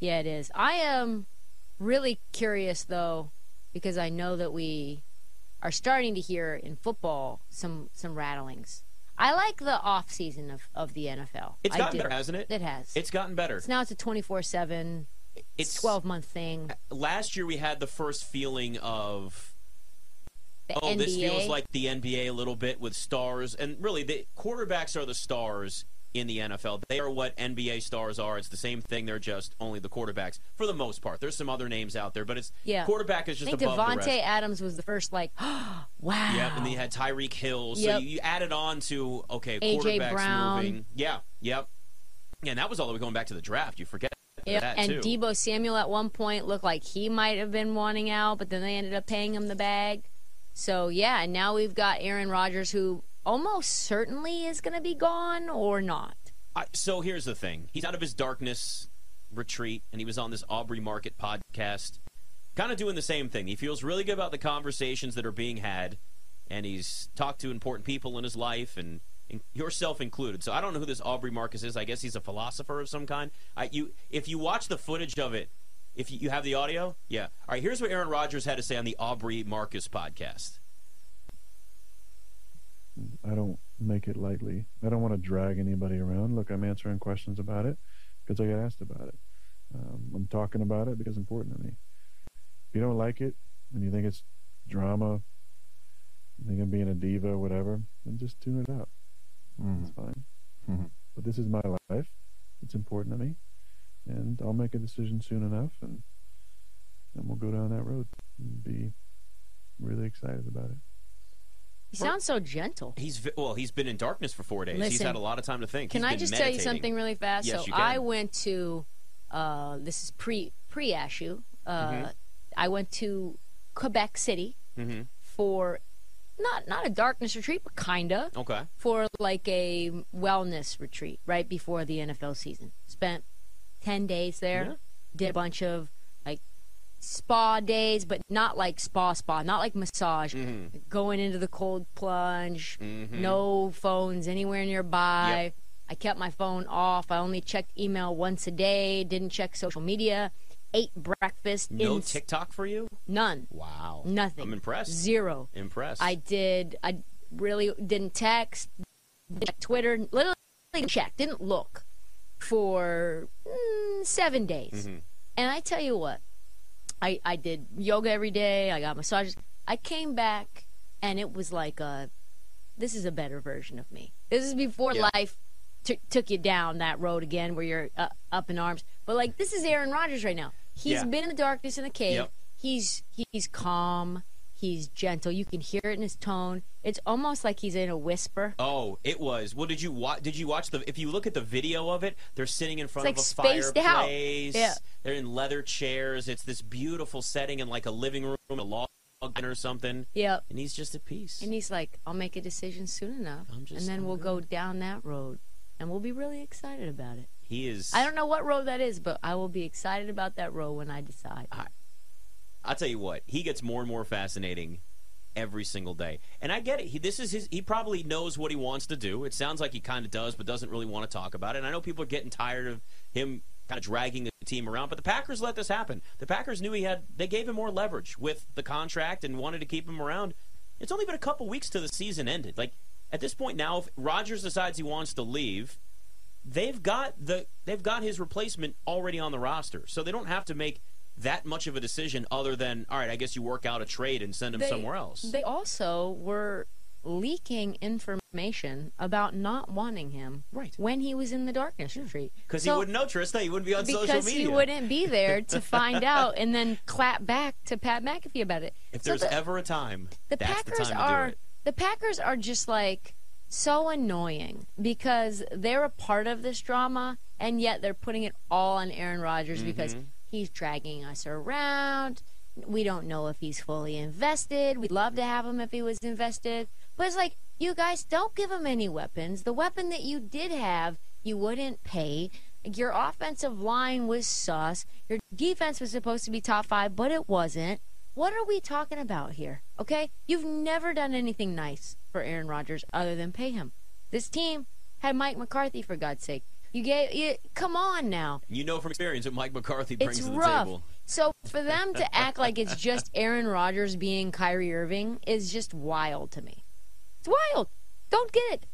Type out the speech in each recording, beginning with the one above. Yeah, it is. I am really curious though, because I know that we are starting to hear in football some some rattlings. I like the off season of, of the NFL. It's I gotten do. better, hasn't it? It has. It's gotten better. So now it's a twenty four seven, It's twelve month thing. Last year we had the first feeling of The oh, NBA. this feels like the NBA a little bit with stars. And really, the quarterbacks are the stars in the NFL. They are what NBA stars are. It's the same thing. They're just only the quarterbacks for the most part. There's some other names out there, but it's Yeah. quarterback I is just think above the Devonte rest. Adams was the first like, wow. Yep, and then you had Tyreek Hill. So Yep. you, you added on to okay, A.J. quarterbacks Brown. moving. Yeah, yep. And that was all the way going back to the draft. You forget Yep, that and too. Debo Samuel at one point looked like he might have been wanting out, but then they ended up paying him the bag. So yeah, and now we've got Aaron Rodgers, who almost certainly is going to be gone or not. I, so here's the thing. He's out of his darkness retreat, and he was on this Aubrey Market podcast, kind of doing the same thing. He feels really good about the conversations that are being had, and he's talked to important people in his life, and, and yourself included. So I don't know who this Aubrey Marcus is. I guess he's a philosopher of some kind. I, you, if you watch the footage of it, if you, you have the audio, yeah. All right, here's what Aaron Rodgers had to say on the Aubrey Marcus podcast. I don't make it lightly. I don't want to drag anybody around. Look, I'm answering questions about it because I get asked about it. Um, I'm talking about it because it's important to me. If you don't like it and you think it's drama, you think I'm being a diva or whatever, then just tune it out. It's fine. Mhm. But this is my life. It's important to me. And I'll make a decision soon enough and, and we'll go down that road and be really excited about it. He sounds so gentle. He's v- well, he's been in darkness for four days. he's Listen, had a lot of time to think. Can He's I been just tell you meditating. something really fast? Yes, so you can. I went to uh, this is pre pre Ashu. Uh, Mhm. I went to Quebec City Mhm. for not not a darkness retreat, but kinda. Okay. for like a wellness retreat right before the NFL season. Spent 10 days there, Yeah. did a bunch of like spa days, but not like spa spa, not like massage, Mm-hmm. going into the cold plunge, no phones anywhere nearby. Yep. I kept my phone off. I only checked email once a day, didn't check social media, ate breakfast No in TikTok for you? none. Wow. Nothing. I'm impressed. Zero. Impressed. I did. I really didn't text, didn't check Twitter, literally didn't check, didn't look for mm, seven days. Mm-hmm. And I tell you what, I I did yoga every day. I got massages. I came back, and it was like a, this is a better version of me. This is before Yeah. life. took took you down that road again where you're uh, up in arms. But like this is Aaron Rodgers right now. He's Yeah. been in the darkness in the cave. Yep. He's he's calm. He's gentle. You can hear it in his tone. It's almost like he's in a whisper. oh, it was. Well, did you watch? Did you watch the? If you look at the video of it, they're sitting in front like of a spaced out. fireplace. Yeah. They're in leather chairs. It's this beautiful setting in like a living room, a log cabin or something. Yep. And he's just at peace. And he's like, I'll make a decision soon enough, I'm just- and then I'm we'll go down that road, and we'll be really excited about it. he is. I don't know what road that is, but I will be excited about that road when I decide. I'll tell you what, he gets more and more fascinating every single day. And I get it. He, this is his. He probably knows what he wants to do. It sounds like he kind of does, but doesn't really want to talk about it. And I know people are getting tired of him kind of dragging the team around, but the Packers let this happen. The Packers knew he had. They gave him more leverage with the contract and wanted to keep him around. It's only been a couple weeks till the season ended. Like at this point now, if Rodgers decides he wants to leave, they've got the they've got his replacement already on the roster, so they don't have to make that much of a decision other than all right. I guess you work out a trade and send him They- somewhere else. They also were leaking information about not wanting him Right. when he was in the darkness retreat because So- he wouldn't know Trista, he wouldn't be on social because media. he wouldn't be there to find out and then clap back to Pat McAfee about it. If So there's the, ever a time, the that's the Packers time to are do it. the Packers are just like so annoying because they're a part of this drama and yet they're putting it all on Aaron Rodgers Mm-hmm. because he's dragging us around. We don't know if he's fully invested. We'd love to have him if he was invested. But it's like, you guys don't give him any weapons. The weapon that you did have, you wouldn't pay. Your offensive line was sus. Your defense was supposed to be top five, but it wasn't. What are we talking about here? Okay? You've never done anything nice for Aaron Rodgers other than pay him. This team had Mike McCarthy, for God's sake. You gave you, come on now. You know from experience what Mike McCarthy brings It's to the rough. table. So for them to act like it's just Aaron Rodgers being Kyrie Irving is just wild to me. It's wild. Don't get it.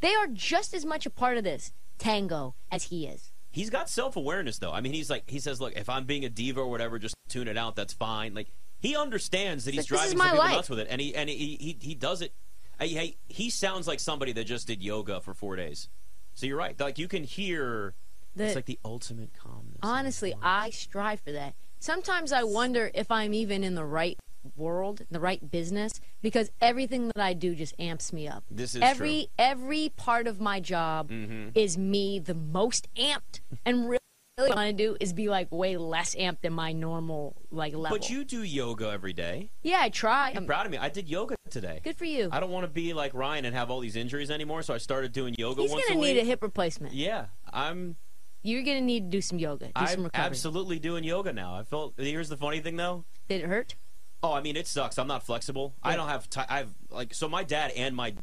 They are just as much a part of this tango as he is. He's got self awareness though. I mean, he's like he says, look, if I'm being a diva or whatever, just tune it out. That's fine. Like he understands that This he's is driving my some people life. nuts with it, and he and he he, he does it. I, I, he sounds like somebody that just did yoga for four days. So you're right. Like you can hear. The- it's like the ultimate calmness. Honestly, I strive for that. Sometimes I wonder if I'm even in the right world, the right business, because everything that I do just amps me up. This is Mm-hmm. every every part of my job is me the most amped, and really what I want to do is be like way less amped than my normal like level. But you do yoga every day. yeah, I try. I'm I'm proud of me. I did yoga today. good for you. I don't want to be like Ryan and have all these injuries anymore, so I started doing yoga He's once gonna a need week. a hip replacement. yeah, I'm You're gonna need to do some yoga, do some I'm recovery. absolutely doing yoga now. I felt here's the funny thing though. Did it hurt? Oh, I mean it sucks. I'm not flexible. I Yeah. don't have ti I've like so my dad and my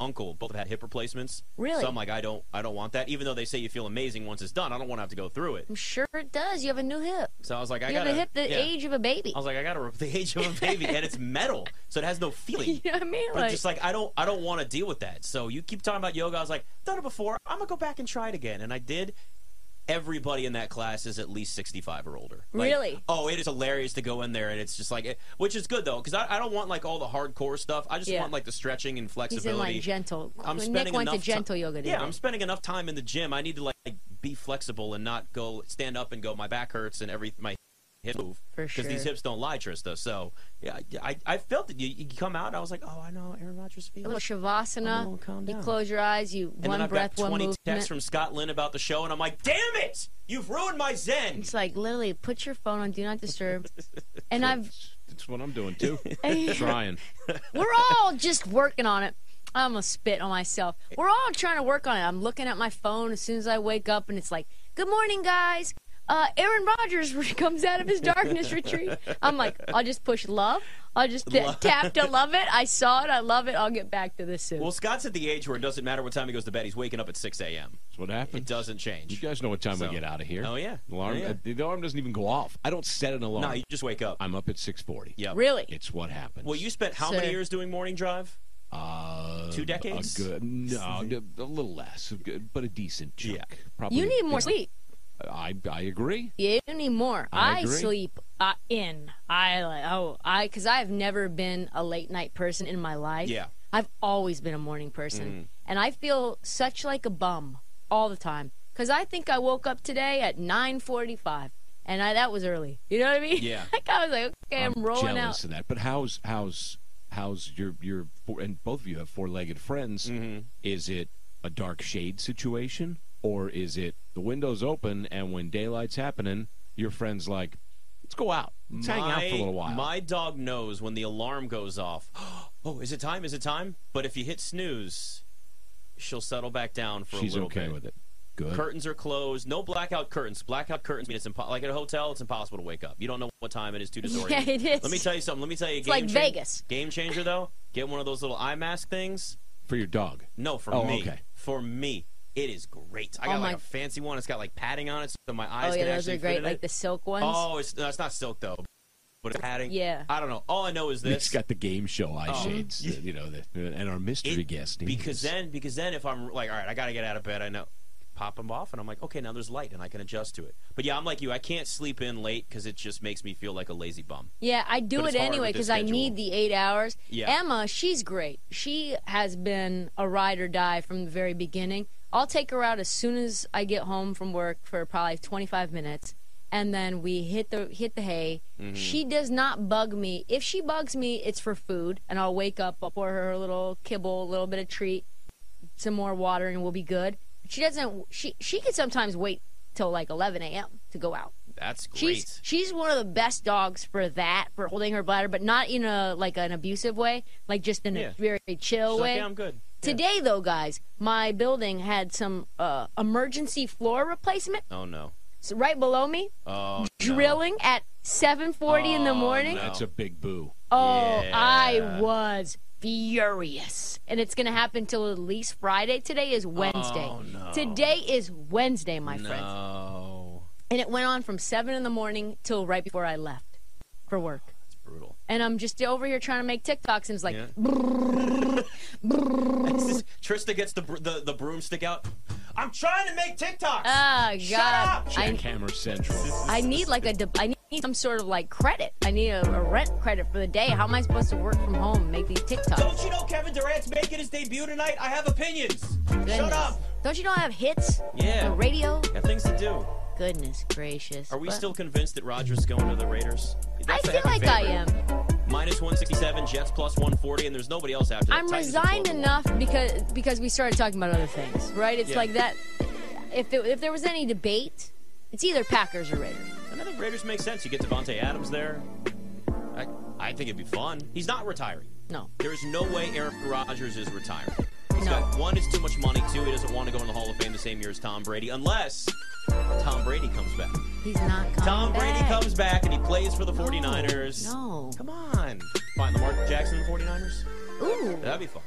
uncle both have had hip replacements. Really? So I'm like I don't I don't want that even though they say you feel amazing once it's done. I don't want to have to go through it. I'm sure it does. You have a new hip. So I was like I you got have a hip the yeah. age of a baby. I was like I got to the age of a baby and it's metal. So it has no feeling. you know what I mean? But Like, just like I don't, I don't want to deal with that. So you keep talking about yoga. I was like, done it before. I'm gonna go back and try it again, and I did. Everybody in that class is at least 65 or older. Like, Really? Oh, it is hilarious to go in there, and it's just like, it- which is good though, because I, I don't want like all the hardcore stuff. I just Yeah. want like the stretching and He's in flexibility. like gentle. I'm Nick spending went to enough ti- gentle yoga today. yeah, I'm spending enough time in the gym. I need to like, be flexible and not go stand up and go. My back hurts and every my hips move For because these sure. hips don't lie, Trista. So yeah, I, I, I felt it. You, you come out, and I was like, oh, I know Aaron Rodgers a feels. little I'm gonna calm shavasana. You down. close your eyes. You And one then I've breath, got 20 one movement. texts from Scott Lynn about the show, and I'm like, damn it! You've ruined my zen! it's like literally put your phone on do not disturb. and I've That's what I'm doing too. Trying. we're all just working on it. I'm gonna spit on myself. We're all trying to work on it. I'm looking at my phone as soon as I wake up, and it's like, "Good morning, guys." Uh, Aaron Rodgers comes out of his darkness retreat. I'm like, I'll just push love. I'll just t- tap to love it. I saw it. I love it. I'll get back to this soon. Well, Scott's at the age where it doesn't matter what time he goes to bed, he's waking up at 6 a.m. That's what It happened. doesn't You change. guys know what time So- we get out of here. Oh, yeah. Alarm. Oh, yeah. uh, the alarm doesn't even go off. I don't set an alarm. No, you just wake up. I'm up at 6:40. Yep. really? It's what happens. Well, you spent how many Sir. years doing morning drive? uh, two decades? A good. No, d- a little less, a good- but a decent chunk. Yeah. Probably. You need more sleep. I I agree. Yeah, you need more. I, I agree. sleep uh, in. I like oh I because I've never been a late night person in my life. Yeah. Mm-hmm. I've always been a morning person, and I feel such like a bum all the time because I think I woke up today at nine forty five, and I that was early. You know what I mean? Yeah. like I was like, okay, I'm, rolling jealous out. of that. But how's how's how's your your four, and both of you have four-legged friends. Mm-hmm. Is it a dark shade situation, or is it the windows open and when daylight's happening, your friends like, let's go out, let's hang out for a little while. My dog knows when the alarm goes off. Oh, is it time? Is it time? But if you hit snooze, she'll settle back down for a She's little okay bit. with it. Good. Curtains are closed. No blackout curtains. Blackout curtains mean it's impo- like at a hotel. It's impossible to wake up. You don't know what time it is. Too disorienting. Yeah, it is. Let me tell you something. Let me tell you. A It's game like chan- Vegas. Game changer though. Get one of those little eye mask things. for your dog. No, for Oh, me. okay. For me, it is great. I Oh, got my- like a fancy one. It's got like padding on it, so my eyes Oh can yeah, those are actually fit great, in like it. the silk ones. Oh, it's, no, it's not silk though, but it's padding. Yeah. I don't know. All I know is Nick's this. got the game show eye Oh. shades, that, you know, that, and our mystery It- guest. he because is- then because then if I'm like all right I got to get out of bed I know pop them off and I'm like okay now there's light and I can adjust to it but yeah I'm like you I can't sleep in late because it just makes me feel like a lazy bum Yeah, I do But it it's hard anyway with this because I schedule. need the eight hours. Yeah. Emma, she's great. She has been a ride or die from the very beginning. I'll take her out as soon as I get home from work for probably 25 minutes, and then we hit the hit the hay. Mm-hmm. She does not bug me. If she bugs me, it's for food, and I'll wake up, I'll pour her a little kibble, a little bit of treat, some more water, and we'll be good. She doesn't. She she can sometimes wait till like 11 a.m. to go out. that's great She's she's one of the best dogs for that, for holding her bladder, but not in a like an abusive way, like just in Yeah. a very chill She's like, way. yeah I'm good Yeah. Today though, guys, my building had some uh, emergency floor replacement oh no so right below me, oh no. drilling at 7:40 in the Oh, morning. no. that's a big boo. Oh, Yeah. I was furious. And it's going to happen till at least Friday. Today is Wednesday. Oh, no. Today is Wednesday, my friends. No. And it went on from 7 in the morning till right before I left for work. It's brutal. And I'm just over here trying to make TikToks, and it's like, Yeah. Trista gets the, br- the the broomstick out. I'm trying to make TikToks. ah, God. Shut up! I, Jackhammer Central. I need like a, de- I need some sort of like credit. I need a, a rent credit for the day. How am I supposed to work from home and make these TikToks? Don't you know Kevin Durant's making his debut tonight? I have opinions. Shut Goodness. up. Don't you know I have hits? Yeah. The radio? Got things to do. Goodness gracious. Are we But- still convinced that Rogers going to the Raiders? I That's a feel heavy like I favorite. am. Minus 167, Jets plus 140, and there's nobody else after that. I'm Titans are resigned plus- enough because because we started talking about other things, right? It's Yeah. like that. If it, if there was any debate, it's either Packers or Raiders. And I think Raiders make sense. You get Devontae Adams there. I, I think it'd be fun. He's not retiring. No, There is no way Aaron Rodgers is retiring. He's No. got one is too much money. Two, he doesn't want to go in the Hall of Fame the same year as Tom Brady, unless Tom Brady comes back. he's not coming Tom Brady back. comes back and he plays for the 49ers. No. Come on. Find Lamar Jackson and the 49ers. Ooh, That'd be fun.